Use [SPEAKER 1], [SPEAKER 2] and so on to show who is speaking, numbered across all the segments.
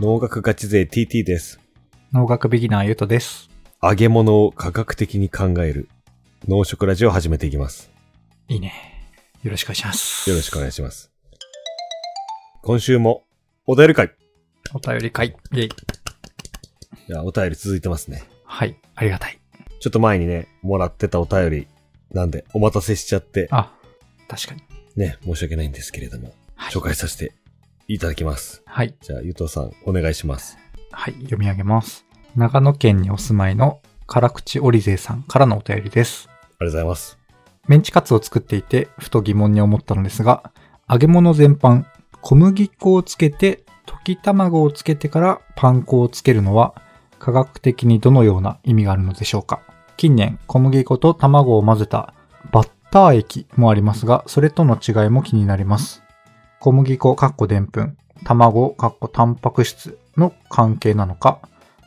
[SPEAKER 1] 農学ガチ勢 TT です。
[SPEAKER 2] 農学ビギナーゆうとです。
[SPEAKER 1] 揚げ物を科学的に考える農食ラジオを始めていきます。
[SPEAKER 2] いいね。よろしくお願いします。
[SPEAKER 1] よろしくお願いします。今週もお便り会。
[SPEAKER 2] お便り会。イェイ。
[SPEAKER 1] いや、お便り続いてますね。
[SPEAKER 2] はい。ありがたい。
[SPEAKER 1] ちょっと前にね、もらってたお便りなんでお待たせしちゃって、
[SPEAKER 2] あ、確かに。
[SPEAKER 1] ね、申し訳ないんですけれども、
[SPEAKER 2] はい
[SPEAKER 1] 紹介させていただきます。
[SPEAKER 2] はい。
[SPEAKER 1] じゃあ、ゆとうさん、お願いします。
[SPEAKER 2] はい。読み上げます。長野県にお住まいの辛口オリゼさんからのお便りです。
[SPEAKER 1] ありがとうございます。
[SPEAKER 2] メンチカツを作っていて、ふと疑問に思ったのですが、揚げ物全般、小麦粉をつけて、溶き卵をつけてからパン粉をつけるのは、科学的にどのような意味があるのでしょうか近年、小麦粉と卵を混ぜたバッター液もありますが、それとの違いも気になります。小麦粉、かっこでんぷん、卵、かっこタンパク質の関係なのか、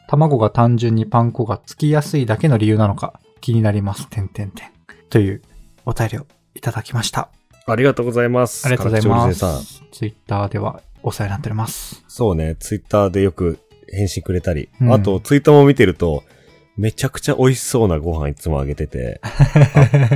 [SPEAKER 2] 卵が単純にパン粉がつきやすいだけの理由なのか、気になります。てんてんてん。というお便りをいただきました。
[SPEAKER 1] ありがとうございます。
[SPEAKER 2] ありがとうござい
[SPEAKER 1] 辛
[SPEAKER 2] ま
[SPEAKER 1] 口おじさん
[SPEAKER 2] す。ツイッターではお世話になっており ます。
[SPEAKER 1] そうね、ツイッターでよく返信くれたり、
[SPEAKER 2] うん、
[SPEAKER 1] あとツイートも見てると、めちゃくちゃ美味しそうなご飯いつもあげてて、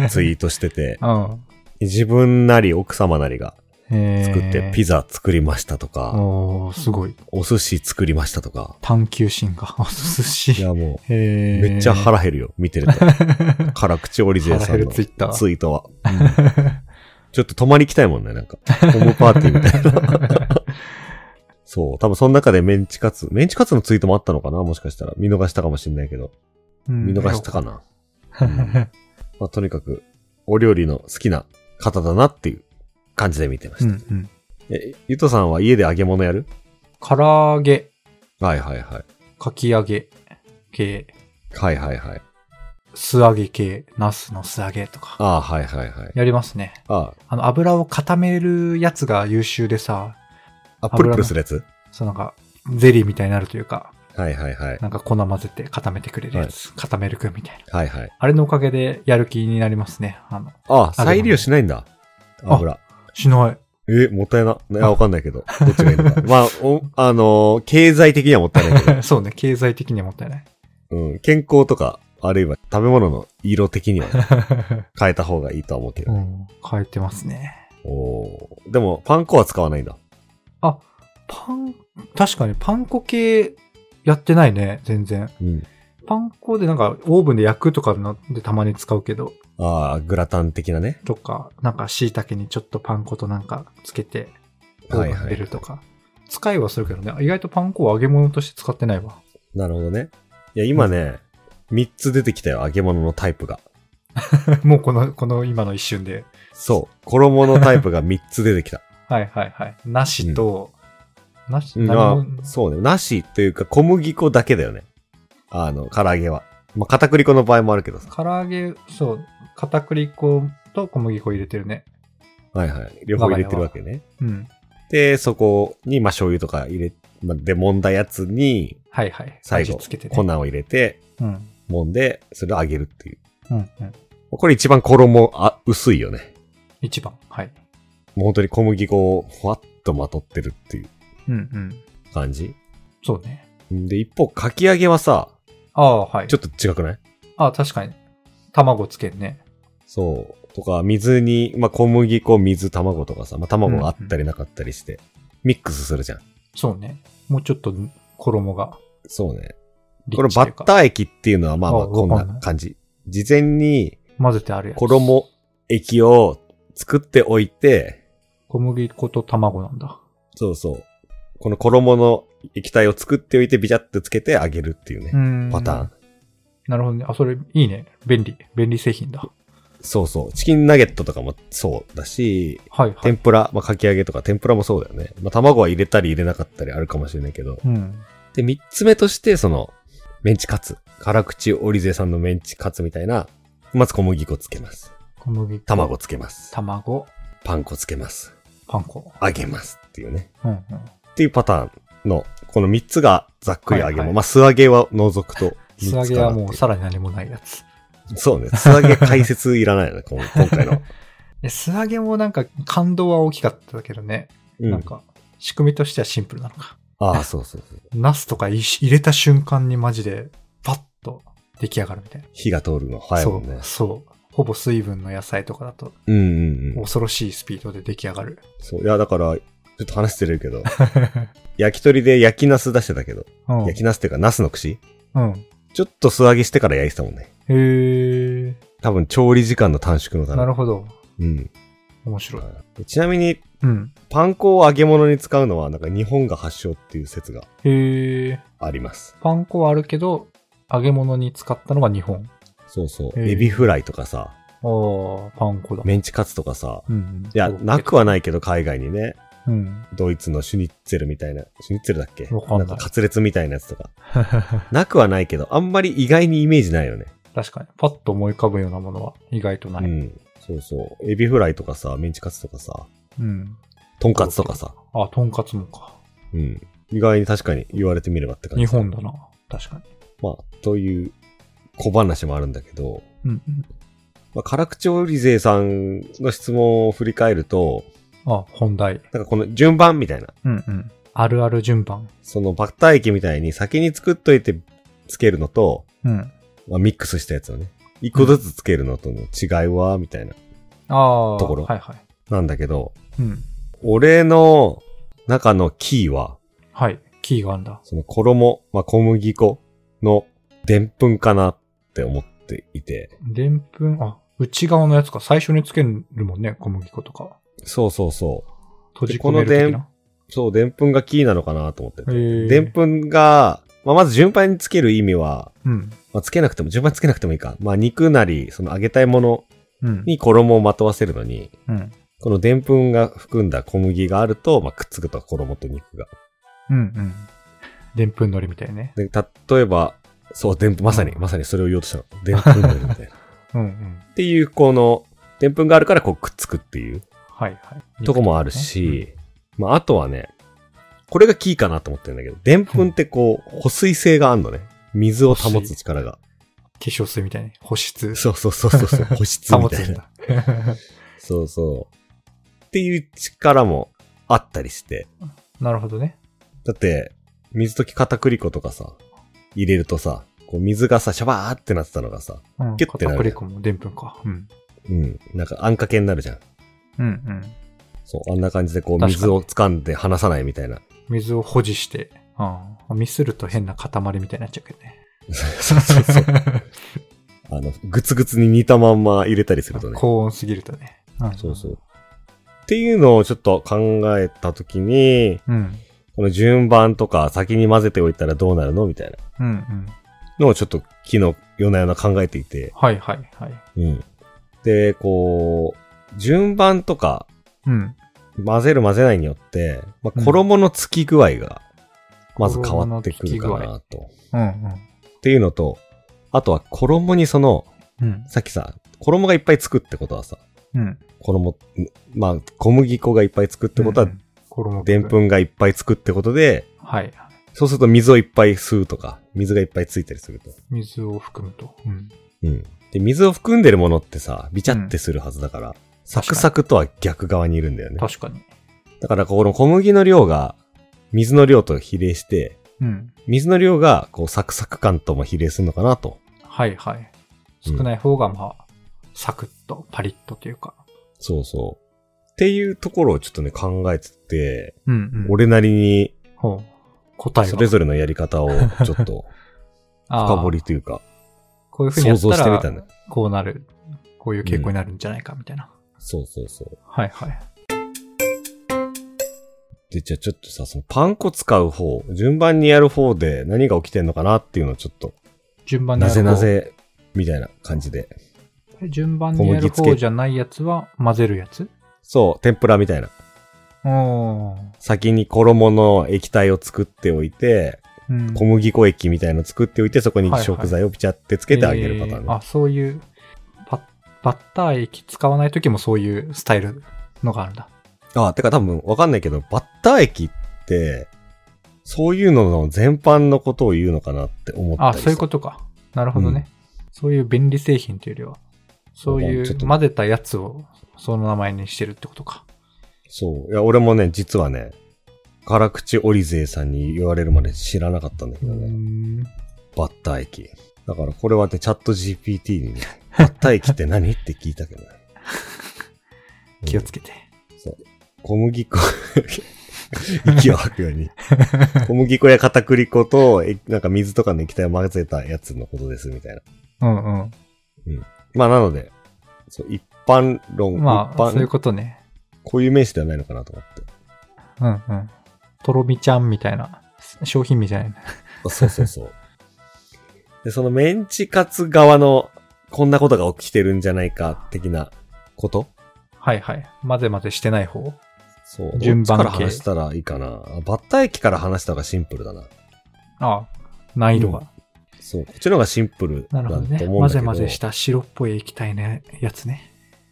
[SPEAKER 1] ツイートしてて
[SPEAKER 2] うん。
[SPEAKER 1] 自分なり奥様なりが作ってピ
[SPEAKER 2] ザ。
[SPEAKER 1] ザ作りましたとか、
[SPEAKER 2] おー、すごい。
[SPEAKER 1] お寿司作りましたとか、
[SPEAKER 2] 探求心 が。お寿
[SPEAKER 1] い
[SPEAKER 2] 司。
[SPEAKER 1] やもう、
[SPEAKER 2] め
[SPEAKER 1] めっちゃ腹減るよ、見て ると。辛口オリゼさ
[SPEAKER 2] 腹
[SPEAKER 1] ん
[SPEAKER 2] 減
[SPEAKER 1] の
[SPEAKER 2] る
[SPEAKER 1] ツイ
[SPEAKER 2] ツイッター
[SPEAKER 1] ートは。うん ちょっと泊まり行きたいもんね、なんか。ホームパーティーみたいな。 そう、多分その中でメンチカツ、メンチカツのツイートもあったのかなもしかしたら。見逃したかもしれないけど。見逃したか
[SPEAKER 2] な。
[SPEAKER 1] な、まあ、とにかく、お料理の好きな方だなっていう感じで見てま
[SPEAKER 2] う
[SPEAKER 1] し
[SPEAKER 2] ん
[SPEAKER 1] た。
[SPEAKER 2] うん。
[SPEAKER 1] え、ゆとさんは家で揚げ物やる
[SPEAKER 2] 唐揚げ、
[SPEAKER 1] はいはいはい。
[SPEAKER 2] かき揚げ系、
[SPEAKER 1] はいはいはい。
[SPEAKER 2] 素揚げ系、ナスの素揚げとか。
[SPEAKER 1] ああ、はいはいはい。
[SPEAKER 2] やりますね。
[SPEAKER 1] あ
[SPEAKER 2] あの、油を固めるやつが優秀でさ、
[SPEAKER 1] あ、あ、プルプルするやつ
[SPEAKER 2] そうなんか、ゼリーみたいになるというか、
[SPEAKER 1] はいはいはい。
[SPEAKER 2] なんか粉混ぜて固めてくれるやつ、固めるくんみたいな。
[SPEAKER 1] はいはい。
[SPEAKER 2] あれのおかげでやる気になりますね。あの、
[SPEAKER 1] ああ、再利用しないんだ。
[SPEAKER 2] あ
[SPEAKER 1] 油。
[SPEAKER 2] しない。
[SPEAKER 1] え、もったいな。いや、
[SPEAKER 2] あ
[SPEAKER 1] わかんないけど。どっちがいいの か。まあ、お、あのー経済的にはもったいないけど。
[SPEAKER 2] そうね、経済的にはもったいない。
[SPEAKER 1] うん、健康とか、あるいは食べ物の色的には変えた方がいいとは思 うけ
[SPEAKER 2] う
[SPEAKER 1] ど。
[SPEAKER 2] ん、変えてますね。
[SPEAKER 1] おーでも、パン粉は使わないんだ。
[SPEAKER 2] パン、確かにパン粉系やってないね、全然。
[SPEAKER 1] うん。
[SPEAKER 2] パン粉でなんかオーブンで焼くとかのでたまに使うけど、
[SPEAKER 1] ああ、グラタン的なね。
[SPEAKER 2] とか、なんか椎茸にちょっとパン粉となんかつけて、オ
[SPEAKER 1] はい
[SPEAKER 2] ーブン
[SPEAKER 1] は
[SPEAKER 2] 入れる
[SPEAKER 1] い。
[SPEAKER 2] とか。使いはするけどね、意外とパン粉を揚げ物として使ってないわ。
[SPEAKER 1] なるほどね。いや、今ね、3つ出てきたよ、揚げ物のタイプが。
[SPEAKER 2] もうこの、この今の一瞬で。
[SPEAKER 1] そう。衣のタイプ が3つ出てきた。
[SPEAKER 2] はいはいはい。なしと、なし、
[SPEAKER 1] うん、
[SPEAKER 2] 何も
[SPEAKER 1] あそうね。なしというか、小麦粉だけだよね。あの、唐揚げは。まあ、片栗粉の場合もあるけどさ。
[SPEAKER 2] 唐揚げ、そう、片栗粉と小麦粉入れてるね。
[SPEAKER 1] はいはい。両方入れてるわけね。
[SPEAKER 2] うん。
[SPEAKER 1] で、そこに、まあ、醤油とか入れ、まあ、で、揉んだやつに、
[SPEAKER 2] はいはい。
[SPEAKER 1] 最後、
[SPEAKER 2] 味付けて
[SPEAKER 1] 粉
[SPEAKER 2] ね。
[SPEAKER 1] を入れて、
[SPEAKER 2] うん。
[SPEAKER 1] 揉んで、それを揚げるっていう。
[SPEAKER 2] うんうん。
[SPEAKER 1] これ一番衣、あ、薄いよね。
[SPEAKER 2] 一番。はい。
[SPEAKER 1] もう本当に小麦粉をふわっとまとってるっていう
[SPEAKER 2] うんうん。
[SPEAKER 1] 感じ。
[SPEAKER 2] そうね。
[SPEAKER 1] で、一方、かき揚げはさ、
[SPEAKER 2] ああ、はい。
[SPEAKER 1] ちょっと違くない
[SPEAKER 2] ああ、確かに。卵つけるね。
[SPEAKER 1] そう。とか、水に、まあ、小麦粉、水、卵とかさ、まあ、卵があったりなかったりして、ミックスするじゃん。
[SPEAKER 2] そうね。もうちょっと衣が
[SPEAKER 1] そうね。
[SPEAKER 2] リ
[SPEAKER 1] この
[SPEAKER 2] ッチと
[SPEAKER 1] バ
[SPEAKER 2] いう
[SPEAKER 1] ッ
[SPEAKER 2] か。
[SPEAKER 1] ター液っていうのは、まあまあ、
[SPEAKER 2] あ
[SPEAKER 1] こん
[SPEAKER 2] わかんな
[SPEAKER 1] ない感じ。事前に、
[SPEAKER 2] 混ぜてあるやつ。
[SPEAKER 1] 衣液を作っておいて、
[SPEAKER 2] 小麦粉と卵なんだ。
[SPEAKER 1] そうそう。この衣の液体を作っておいて、ビジャってつけて揚げるっていうね
[SPEAKER 2] う。ん。
[SPEAKER 1] パターン。。
[SPEAKER 2] なるほどね。あ、それいいね。便利。便利製品だ。
[SPEAKER 1] そうそう。チキンナゲットとかもそうだし、
[SPEAKER 2] はいはい。
[SPEAKER 1] 天ぷら、まあ、かき揚げとか天ぷらもそうだよね。まあ、卵は入れたり入れなかったりあるかもしれないけど。
[SPEAKER 2] うん。
[SPEAKER 1] で、三つ目として、その、メンチカツ。辛口オリゼさんのメンチカツみたいな、まず小麦粉つけます。
[SPEAKER 2] 小麦粉。。
[SPEAKER 1] 卵つけます。
[SPEAKER 2] 卵、
[SPEAKER 1] パン粉つけます。
[SPEAKER 2] パン粉。
[SPEAKER 1] 揚げますっていうね。
[SPEAKER 2] うんうん。
[SPEAKER 1] っていうパターンの、この三つがざっくり揚げ物。
[SPEAKER 2] はいはい
[SPEAKER 1] まあ、素揚げは除くと。
[SPEAKER 2] 素揚げはもうさらに何もないやつ。
[SPEAKER 1] そうね。素揚げ解説いらないよね、この今回 の。
[SPEAKER 2] え素揚げもなんか感動は大きかったけどね。
[SPEAKER 1] う
[SPEAKER 2] なん
[SPEAKER 1] ん。
[SPEAKER 2] か、仕組みとしてはシンプルなのか。
[SPEAKER 1] ああ、そうそうそう。
[SPEAKER 2] ナスとかい入れた瞬間にマジで、パッと出来上がるみたいな。
[SPEAKER 1] 火が通るの早いもんね。
[SPEAKER 2] そう、そう。ほぼ水分の野菜とかだと、
[SPEAKER 1] うんうんうん。
[SPEAKER 2] 恐ろしいスピードで出来上がる。
[SPEAKER 1] そう。いや、だから、ちょっと話してるけ ど、焼き鳥で焼きナス出してたけど、
[SPEAKER 2] うん。
[SPEAKER 1] 焼きナスっていうかナスの串
[SPEAKER 2] うん。
[SPEAKER 1] ちょっと素揚げしてから焼いてたもんね。
[SPEAKER 2] へ
[SPEAKER 1] 多分調理時間の短縮の
[SPEAKER 2] ー。
[SPEAKER 1] ため。
[SPEAKER 2] なるほど。
[SPEAKER 1] うん。
[SPEAKER 2] 面白い。
[SPEAKER 1] ちなみに、
[SPEAKER 2] うん。
[SPEAKER 1] パン粉を揚げ物に使うのは、なんか日本が発祥っていう説が
[SPEAKER 2] へー。
[SPEAKER 1] あります。
[SPEAKER 2] パン粉はあるけど、揚げ物に使ったのが日本。
[SPEAKER 1] そうそう。
[SPEAKER 2] へー
[SPEAKER 1] エビフライとかさ、
[SPEAKER 2] ああ、パン粉だ。
[SPEAKER 1] メンチカツとかさ、
[SPEAKER 2] うんうん。
[SPEAKER 1] いや、
[SPEAKER 2] そう
[SPEAKER 1] なくはないけど、海外にね、
[SPEAKER 2] うん。
[SPEAKER 1] ドイツのシュニッツェルみたいな、シュニッツェルだっけ
[SPEAKER 2] わかんない
[SPEAKER 1] んかカツレツみたいなやつとか。なくはないけど、あんまり意外にイメージないよね。
[SPEAKER 2] 確かに。パッと思い浮かぶようなものは意外とな
[SPEAKER 1] う
[SPEAKER 2] い。
[SPEAKER 1] ん。そうそう。エビフライとかさ、メンチカツとかさ、
[SPEAKER 2] うん。
[SPEAKER 1] トンカツとかさ。
[SPEAKER 2] あ、とんかつもか。
[SPEAKER 1] うん。意外に確かに言われてみればって感じ。
[SPEAKER 2] 日本だな。確かに。
[SPEAKER 1] まあ、という小話もあるんだけど、
[SPEAKER 2] うんうん。
[SPEAKER 1] まあ、辛口オリゼさんの質問を振り返ると、
[SPEAKER 2] あ、本題。
[SPEAKER 1] なんかこの順番みたいな、
[SPEAKER 2] うんうん。あるある順番。
[SPEAKER 1] そのバッター液みたいに先に作っといてつけるのと、
[SPEAKER 2] うん。
[SPEAKER 1] まあ、ミックスしたやつをね、一個ずつつけるのとの違いは、みたいな、
[SPEAKER 2] ああ。
[SPEAKER 1] ところ
[SPEAKER 2] はいはい。
[SPEAKER 1] なんだけど、
[SPEAKER 2] うん。
[SPEAKER 1] 俺の中のキーは、
[SPEAKER 2] はい。キーがあんだ。
[SPEAKER 1] その衣、まあ、小麦粉のでんぷんかなって思っていて、
[SPEAKER 2] でんぷん、あ、内側のやつか。最初につけるもんね。小麦粉とか。
[SPEAKER 1] そうそうそう。
[SPEAKER 2] 閉じ込める的な。
[SPEAKER 1] そう、でんぷんがキーなのかなと思ってて。
[SPEAKER 2] へー
[SPEAKER 1] でんぷんが、まあ、まず順番につける意味は、
[SPEAKER 2] うん。
[SPEAKER 1] まあ、つけなくても、順番につけなくてもいいか。まあ、肉なり、その揚げたいもの
[SPEAKER 2] うん。
[SPEAKER 1] に衣をまとわせるのに、
[SPEAKER 2] うん。
[SPEAKER 1] このでんぷんが含んだ小麦があると、まあ、くっつくと衣と肉が。
[SPEAKER 2] うんうん。でんぷんのりみたいね。
[SPEAKER 1] で、例えば、そう、でんぷん、まさに、まさにそれを言おうとした の。でんぷんのりみたいな。っ
[SPEAKER 2] うんうん。
[SPEAKER 1] ていう、この、でんぷんがあるから、こう、くっつくっていう
[SPEAKER 2] はいはい。
[SPEAKER 1] とこもあるし、まあ、あとはね、これがキーかなと思ってるんだけど、でんぷんってこう、保水性があんのね。水を保つ力が。
[SPEAKER 2] 化粧水みたいに保湿。
[SPEAKER 1] そうそうそうそう そう、保湿
[SPEAKER 2] 保
[SPEAKER 1] み
[SPEAKER 2] つ
[SPEAKER 1] たい
[SPEAKER 2] ん
[SPEAKER 1] な。
[SPEAKER 2] だ。
[SPEAKER 1] そうそう。っていう力もあったりして。
[SPEAKER 2] なるほどね。
[SPEAKER 1] だって、水溶き片栗粉とかさ、入れるとさ、こう水がさ、シャバーってなってたのがさ、
[SPEAKER 2] うん。
[SPEAKER 1] キュッてな
[SPEAKER 2] 片
[SPEAKER 1] る
[SPEAKER 2] 栗粉もでんぷんか。うん。
[SPEAKER 1] うん、なんかあんかけになるじゃん。
[SPEAKER 2] うんうん。
[SPEAKER 1] そう、あんな感じでこう
[SPEAKER 2] 確かに
[SPEAKER 1] 水を掴んで離さないみたいな。
[SPEAKER 2] 水を保持して。うん。ミスると変な塊みたいになっちゃうけどね。
[SPEAKER 1] そうそうそう。あの、ぐつぐつに煮たまんま入れたりするとね。
[SPEAKER 2] 高温すぎるとね。うん。
[SPEAKER 1] そうそう。っていうのをちょっと考えたときに、
[SPEAKER 2] うん。
[SPEAKER 1] この順番とか先に混ぜておいたらどうなるのみたいな。
[SPEAKER 2] うんうん。
[SPEAKER 1] のをちょっと昨日夜な夜な考えていて、
[SPEAKER 2] はいはいはい。
[SPEAKER 1] うん。で、こう、順番とか
[SPEAKER 2] うん。
[SPEAKER 1] 混ぜる混ぜないによって、ま
[SPEAKER 2] う
[SPEAKER 1] あ、
[SPEAKER 2] ん
[SPEAKER 1] 衣のつき具合が、まず変わってくるか
[SPEAKER 2] 衣の
[SPEAKER 1] なと。
[SPEAKER 2] うんうん。
[SPEAKER 1] っていうのと、あとは衣にその、
[SPEAKER 2] うん。
[SPEAKER 1] さっきさ、衣がいっぱいつくってことはさ、
[SPEAKER 2] うん。
[SPEAKER 1] 衣、まあ、小麦粉がいっぱいつくってことは
[SPEAKER 2] う、ん、衣
[SPEAKER 1] でんぷ
[SPEAKER 2] ん。
[SPEAKER 1] んがいっぱいつくってことで、
[SPEAKER 2] はい。
[SPEAKER 1] そうすると水をいっぱい吸うとか、水がいっぱいついたりすると。
[SPEAKER 2] 水を含むと。うん。
[SPEAKER 1] うん。で、水を含んでるものってさ、ビチャってするはずだから、サクサクとは逆側にいるんだよね。
[SPEAKER 2] 確かに。
[SPEAKER 1] だから、この小麦の量が、水の量と比例して、
[SPEAKER 2] うん。
[SPEAKER 1] 水の量が、こう、サクサク感とも比例するのかなと。
[SPEAKER 2] はいはい。
[SPEAKER 1] う
[SPEAKER 2] 少
[SPEAKER 1] ん
[SPEAKER 2] ない方がまあ、サクッと、パリッとというか。
[SPEAKER 1] そうそう。っていうところをちょっとね、考えてて、
[SPEAKER 2] うんうん。
[SPEAKER 1] 俺なりに、
[SPEAKER 2] ほう。答えは
[SPEAKER 1] それぞれのやり方を、ちょっと、深掘り
[SPEAKER 2] あー
[SPEAKER 1] というか、
[SPEAKER 2] こういうふうにや
[SPEAKER 1] 想
[SPEAKER 2] った
[SPEAKER 1] 像
[SPEAKER 2] ら
[SPEAKER 1] してみたんだ。
[SPEAKER 2] こうなる。こういう傾向になるんじゃないか、みたいな。
[SPEAKER 1] そうそうそう。
[SPEAKER 2] はいはい。
[SPEAKER 1] で、じゃあちょっとさ、そのパン粉使う方、順番にやる方で何が起きてんのかなっていうのをちょっと、
[SPEAKER 2] 順番に
[SPEAKER 1] な
[SPEAKER 2] やる
[SPEAKER 1] ぜ
[SPEAKER 2] 方。
[SPEAKER 1] なぜ、みたいな感じで。
[SPEAKER 2] 順番にやる
[SPEAKER 1] 小麦つ
[SPEAKER 2] 方
[SPEAKER 1] け
[SPEAKER 2] じゃないやつは混ぜるやつ
[SPEAKER 1] そう、天ぷらみたいな。
[SPEAKER 2] おー。
[SPEAKER 1] 先に衣の液体を作っておいて、
[SPEAKER 2] うん
[SPEAKER 1] 小麦粉液みたいの作っておいて、そこに
[SPEAKER 2] はいはい
[SPEAKER 1] 食材をピチャってつけてあげるパターンね。
[SPEAKER 2] えあ、そういう、ババッター液使わないときもそういうスタイルのがあるんだ。
[SPEAKER 1] あてか多分わかんないけど、バッター液って、そういうのの全般のことを言うのかなって思った
[SPEAKER 2] あ、
[SPEAKER 1] り
[SPEAKER 2] そういう
[SPEAKER 1] と
[SPEAKER 2] ことか。なるほどね。そういう便利製品というよりは、そうい
[SPEAKER 1] まあちょっ
[SPEAKER 2] う
[SPEAKER 1] と
[SPEAKER 2] 混ぜたやつをその名前にしてるってことか。
[SPEAKER 1] そう。いや、俺もね、実はね、辛口オリゼーさんに言われるまで知らなかったんだけ
[SPEAKER 2] う
[SPEAKER 1] どね。
[SPEAKER 2] ん
[SPEAKER 1] バッター液。だからこれはね、チャット GPT にね、 バッター液って何って聞いたけどね。
[SPEAKER 2] 気をつけて。
[SPEAKER 1] 小麦粉、 息を吐くよう に。小麦粉や片栗粉と、えなんか水とかの液体を混ぜたやつのことです、みたいな。
[SPEAKER 2] うんうん。
[SPEAKER 1] まあ、なので、そう一般論、
[SPEAKER 2] ま
[SPEAKER 1] 一
[SPEAKER 2] あ、
[SPEAKER 1] 般
[SPEAKER 2] そういうことね。
[SPEAKER 1] こういう名詞ではないのかなと思って。
[SPEAKER 2] うんうん。とろみちゃんみたいな、商品みたいな。
[SPEAKER 1] あそうそうそう。 で、そのメンチカツ側の、こんなことが起きてるんじゃないか、的なこと
[SPEAKER 2] はいはい。混ぜ混ぜしてない方
[SPEAKER 1] そう。
[SPEAKER 2] 順番
[SPEAKER 1] どっ
[SPEAKER 2] 系
[SPEAKER 1] ちから話したらいいかな。あバッター液から話した方がシンプルだな。
[SPEAKER 2] ああ、難易度が。
[SPEAKER 1] そう。こっちの方がシンプルだ
[SPEAKER 2] な
[SPEAKER 1] と思う
[SPEAKER 2] るほど
[SPEAKER 1] んだ
[SPEAKER 2] ね。
[SPEAKER 1] けど。
[SPEAKER 2] 混ぜ混ぜした白っぽい液体のやつね。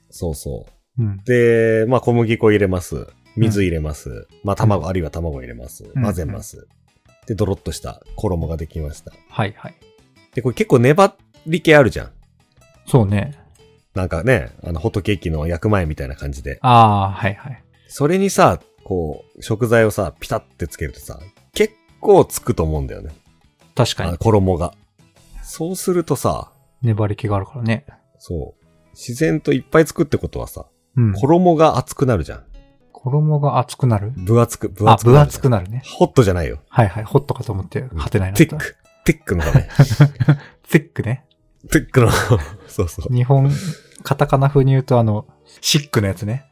[SPEAKER 1] そうそう。
[SPEAKER 2] うん。
[SPEAKER 1] で、まあ、小麦粉入れます。水入れます。まあ、卵、あるいは卵入れます。
[SPEAKER 2] ん
[SPEAKER 1] 混ぜます。で、ドロッとした衣ができました。
[SPEAKER 2] はいはい。
[SPEAKER 1] で、これ結構粘り気あるじゃん。
[SPEAKER 2] そうね。
[SPEAKER 1] なんかね、あの、ホットケーキの焼く前みたいな感じで。
[SPEAKER 2] ああ、はいはい。
[SPEAKER 1] それにさ、こう、食材をさ、ピタってつけるとさ、結構つくと思うんだよね。
[SPEAKER 2] 確か
[SPEAKER 1] あ
[SPEAKER 2] に
[SPEAKER 1] の。衣が。そうするとさ、
[SPEAKER 2] 粘り気があるからね。
[SPEAKER 1] そう。自然といっぱいつくってことはさ、
[SPEAKER 2] うん。
[SPEAKER 1] 衣が厚くなるじゃん。
[SPEAKER 2] 衣が厚くなる
[SPEAKER 1] 分厚く、分
[SPEAKER 2] あ、
[SPEAKER 1] 厚く
[SPEAKER 2] 分
[SPEAKER 1] なるじゃん。
[SPEAKER 2] 厚くなるね。
[SPEAKER 1] ホットじゃないよ。
[SPEAKER 2] はいはい。ホットかと思って、果てないな。
[SPEAKER 1] テッ。ク。テックの ね。
[SPEAKER 2] テックね。
[SPEAKER 1] テックの。そう そう。
[SPEAKER 2] 日本、カタカナ風に言うと、あの、シックのやつね。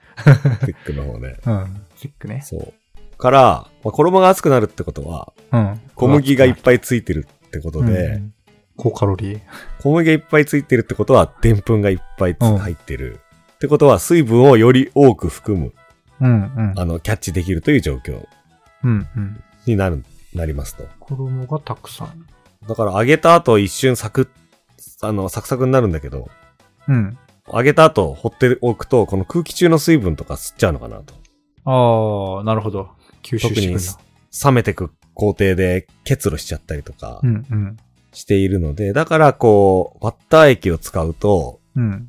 [SPEAKER 1] テックの方ね。
[SPEAKER 2] うん。テックね。
[SPEAKER 1] そう。から、まあ、衣が厚くなるってことは、
[SPEAKER 2] うん。
[SPEAKER 1] 小麦がいっ
[SPEAKER 2] い
[SPEAKER 1] ぱいついてるってことで、
[SPEAKER 2] うん高カロリー。
[SPEAKER 1] 小麦がいっぱいついてるってことは、でんぷんがいっぱいつ
[SPEAKER 2] うん
[SPEAKER 1] 入ってる。ってことは、水分をより多く含む、
[SPEAKER 2] うんうん。
[SPEAKER 1] あの、キャッチできるという状況
[SPEAKER 2] うんうん。
[SPEAKER 1] になる、なりますと。
[SPEAKER 2] 衣がたくさん。
[SPEAKER 1] だから、揚げた後一瞬サクッ、あの、サクサクになるんだけど、
[SPEAKER 2] うん。
[SPEAKER 1] 揚げた後放っておくと、この空気中の水分とか吸っちゃうのかなと。
[SPEAKER 2] ああ、なるほど。吸収してくんだ。
[SPEAKER 1] 冷めてく工程で結露しちゃったりとか
[SPEAKER 2] うんうん。
[SPEAKER 1] しているので、だからこう、バッター液を使うと、
[SPEAKER 2] うん。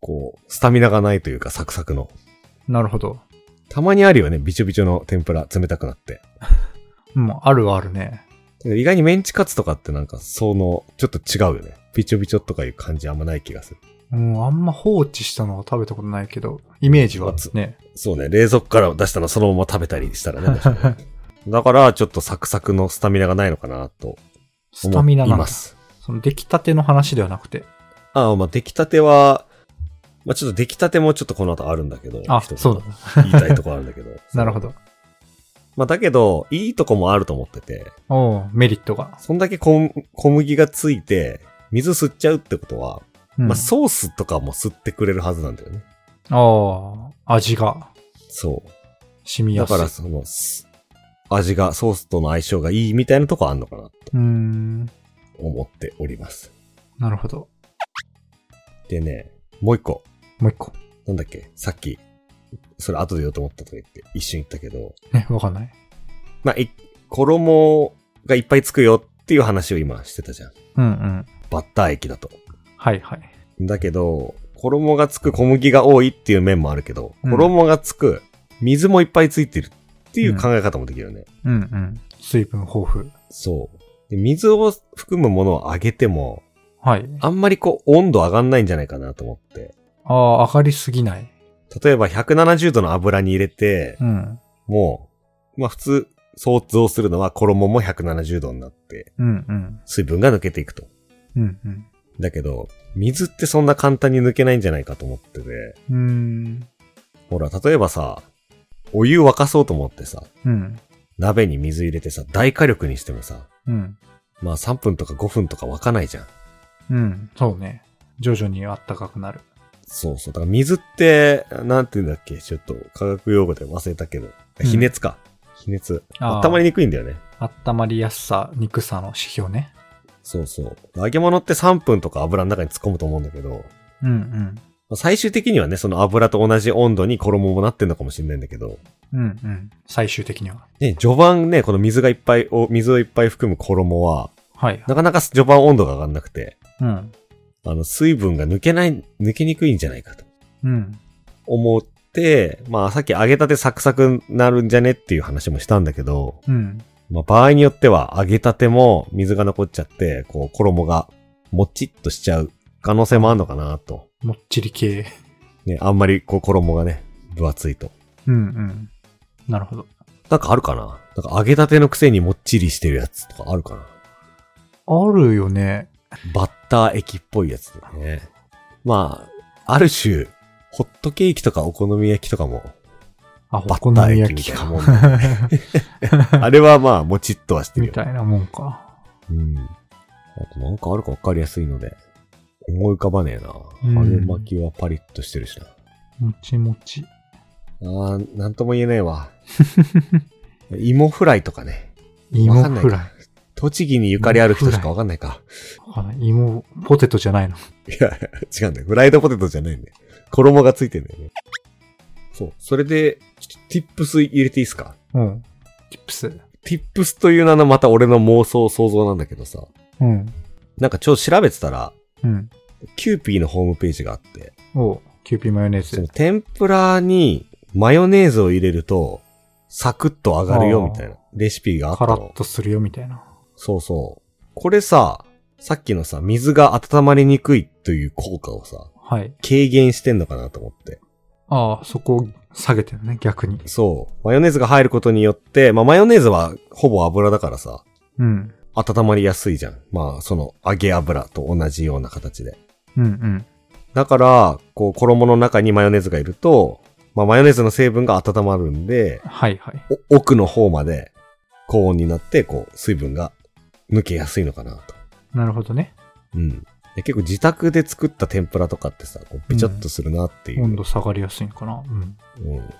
[SPEAKER 1] こう、スタミナがないというかサクサクの。
[SPEAKER 2] なるほど。
[SPEAKER 1] たまにあるよね、びちょびちょの天ぷら、冷たくなって。
[SPEAKER 2] うん、あるはあるね。
[SPEAKER 1] 意外にメンチカツとかってなんか、その、ちょっと違うよね。びちょびちょとかいう感じあんまない気がする。
[SPEAKER 2] うん、あんま放置したのは食べたことないけど、イメージは
[SPEAKER 1] 夏
[SPEAKER 2] ね。
[SPEAKER 1] そうね、冷蔵庫から出したのそのまま食べたりしたらね。面白い だから、ちょっとサクサクのスタミナがないのかなと
[SPEAKER 2] スタ
[SPEAKER 1] 思
[SPEAKER 2] ミナ
[SPEAKER 1] い
[SPEAKER 2] なんだ
[SPEAKER 1] ま。す。
[SPEAKER 2] その出来たての話ではなくて。
[SPEAKER 1] ああ、まあ、出来たては、まあ、ちょっと出来たてもちょっとこの後あるんだけど。
[SPEAKER 2] あ、
[SPEAKER 1] 一言
[SPEAKER 2] そうだ。。
[SPEAKER 1] 言いたいとこあるんだけど
[SPEAKER 2] なるほ。ど。
[SPEAKER 1] まあ、だけど、いいとこもあると思ってて、
[SPEAKER 2] おうメリットが。
[SPEAKER 1] そんだけ小小麦がついて、水吸っちゃうってことは、
[SPEAKER 2] うん、
[SPEAKER 1] ま
[SPEAKER 2] あ
[SPEAKER 1] あ、ソースとかも吸ってくれるはずなんだよね。
[SPEAKER 2] あ、味が
[SPEAKER 1] そう。
[SPEAKER 2] 染みや
[SPEAKER 1] だ
[SPEAKER 2] すい。
[SPEAKER 1] から、その、す味が、ソースとの相性がいいみたいなとこあんのかなと
[SPEAKER 2] うーん、
[SPEAKER 1] 思っております。
[SPEAKER 2] なるほど。
[SPEAKER 1] でね、もう一個。
[SPEAKER 2] もう一個。
[SPEAKER 1] なんだっけさっき、それ後で言おうと思ったとか言って、一瞬言ったけど、
[SPEAKER 2] ね、わかんない。
[SPEAKER 1] まあ、い衣がいっぱいつくよっていう話を今してたじゃん。
[SPEAKER 2] うんうん。
[SPEAKER 1] バッター液だと。
[SPEAKER 2] はいはい。
[SPEAKER 1] だけど、衣がつく小麦が多いっていう面もあるけど、
[SPEAKER 2] うん
[SPEAKER 1] 衣がつく水もいっぱいついてるっていう考え方もできるよね。
[SPEAKER 2] うんうん。水分豊富。
[SPEAKER 1] そうで。水を含むものを揚げても、
[SPEAKER 2] はい。
[SPEAKER 1] あんまりこう温度上がんないんじゃないかなと思って。
[SPEAKER 2] ああ、上がりすぎない。
[SPEAKER 1] 例えば170度の油に入れて
[SPEAKER 2] う、ん。
[SPEAKER 1] もう、まあ普通、想像するのは衣も170度になって、
[SPEAKER 2] うんうん。
[SPEAKER 1] 水分が抜けていくと。
[SPEAKER 2] うんうん。
[SPEAKER 1] だけど、水ってそんな簡単に抜けないんじゃないかと思ってて、
[SPEAKER 2] うーん。
[SPEAKER 1] ほら、例えばさ、お湯沸かそうと思ってさ、
[SPEAKER 2] うん。
[SPEAKER 1] 鍋に水入れてさ、大火力にしてもさ、
[SPEAKER 2] うん。
[SPEAKER 1] まあ3分とか5分とか沸かないじゃん。
[SPEAKER 2] うん。そうね。徐々にあったかくなる。
[SPEAKER 1] そうそう。だから水って、なんて言うんだっけちょっと科学用語で忘れたけど。
[SPEAKER 2] うん
[SPEAKER 1] 比熱か。比熱。
[SPEAKER 2] あー
[SPEAKER 1] 温まりにくいんだよね。
[SPEAKER 2] 温まりやすさ、肉さの指標ね。
[SPEAKER 1] そうそう。揚げ物って3分とか油の中に突っ込むと思うんだけど、ま
[SPEAKER 2] うん
[SPEAKER 1] あ最終的にはね、その油と同じ温度に衣もなってんのかもしれないんだけど、
[SPEAKER 2] うん。うんうん。最終的には。
[SPEAKER 1] ね、序盤ね、この水がいっぱいを、水をいっぱい含む衣は、
[SPEAKER 2] はい。
[SPEAKER 1] なかなか序盤温度が上がんなくて、
[SPEAKER 2] うん。
[SPEAKER 1] あの、水分が抜けない、抜けにくいんじゃないかと
[SPEAKER 2] うん。
[SPEAKER 1] 思っって、まあさっき揚げたてサクサクなるんじゃねっていう話もしたんだけど、
[SPEAKER 2] うん。
[SPEAKER 1] まあ場合によっては揚げたても水が残っちゃって、こう衣がもっちっとしちゃう可能性もあるのかなと。
[SPEAKER 2] もっちり系。
[SPEAKER 1] ね、あんまりこう衣がね、分厚いと。
[SPEAKER 2] うんうん。なるほど。
[SPEAKER 1] なんかあるかななんか揚げたてのくせにもっちりしてるやつとかあるかな
[SPEAKER 2] あるよね。
[SPEAKER 1] バッター液っぽいやつだね。まあ、ある種、ホットケーキとかお好み焼きとかも、
[SPEAKER 2] あ、お
[SPEAKER 1] バ
[SPEAKER 2] 好
[SPEAKER 1] ッター液
[SPEAKER 2] み焼
[SPEAKER 1] み
[SPEAKER 2] き
[SPEAKER 1] たい
[SPEAKER 2] か
[SPEAKER 1] な。もんだよね。あれはまあ、もちっとはしてる
[SPEAKER 2] み
[SPEAKER 1] よ。
[SPEAKER 2] たいなもんか。
[SPEAKER 1] うん。あとなんかあるかわかりやすいので、思い浮かばねえな。
[SPEAKER 2] うん
[SPEAKER 1] 春巻きはパリッとしてるしな。
[SPEAKER 2] もちもち。
[SPEAKER 1] ああ、なんとも言えないわ。 芋フライとかね。
[SPEAKER 2] 芋
[SPEAKER 1] わかんない
[SPEAKER 2] フライ。
[SPEAKER 1] 栃木にゆかりある人しかわかんないか。
[SPEAKER 2] わかんない芋、ポテトじゃないの。
[SPEAKER 1] いや、違うんだよ。フライドポテトじゃないんだよ。衣がついてんだよね。そう。それで、ちょっとティップス入れていいですか
[SPEAKER 2] うん。チップス。
[SPEAKER 1] ティップスという名のまた俺の妄想想像なんだけどさ。
[SPEAKER 2] うん。
[SPEAKER 1] なんかちょっと調べてたら、
[SPEAKER 2] うん。
[SPEAKER 1] キューピーのホームページがあって、
[SPEAKER 2] おうキューピーマヨネー
[SPEAKER 1] そ
[SPEAKER 2] ズ
[SPEAKER 1] の。天ぷらにマヨネーズを入れると、サクッと上がるよみたいなレシピがあった
[SPEAKER 2] カラッ
[SPEAKER 1] の。
[SPEAKER 2] とするよみたいな。
[SPEAKER 1] そうそう。これさ、さっきのさ、水が温まりにくいという効果をさ、
[SPEAKER 2] はい。
[SPEAKER 1] 軽減してんのかなと思って。
[SPEAKER 2] ああ、そこを下げてるね、逆に。
[SPEAKER 1] そう。マヨネーズが入ることによって、まあマヨネーズはほぼ油だからさ、
[SPEAKER 2] うん。
[SPEAKER 1] 温まりやすいじゃん。まあその揚げ油と同じような形で。
[SPEAKER 2] うんうん。
[SPEAKER 1] だから、こう衣の中にマヨネーズがいると、まあマヨネーズの成分が温まるんで、
[SPEAKER 2] はいはい。
[SPEAKER 1] お奥の方まで高温になって、こう水分が抜けやすいのかなと。
[SPEAKER 2] なるほどね。
[SPEAKER 1] うん。で結構自宅で作った天ぷらとかってさ、こうべちゃっとするなっていう、
[SPEAKER 2] 温度下がりやすいのかな。うん。
[SPEAKER 1] うん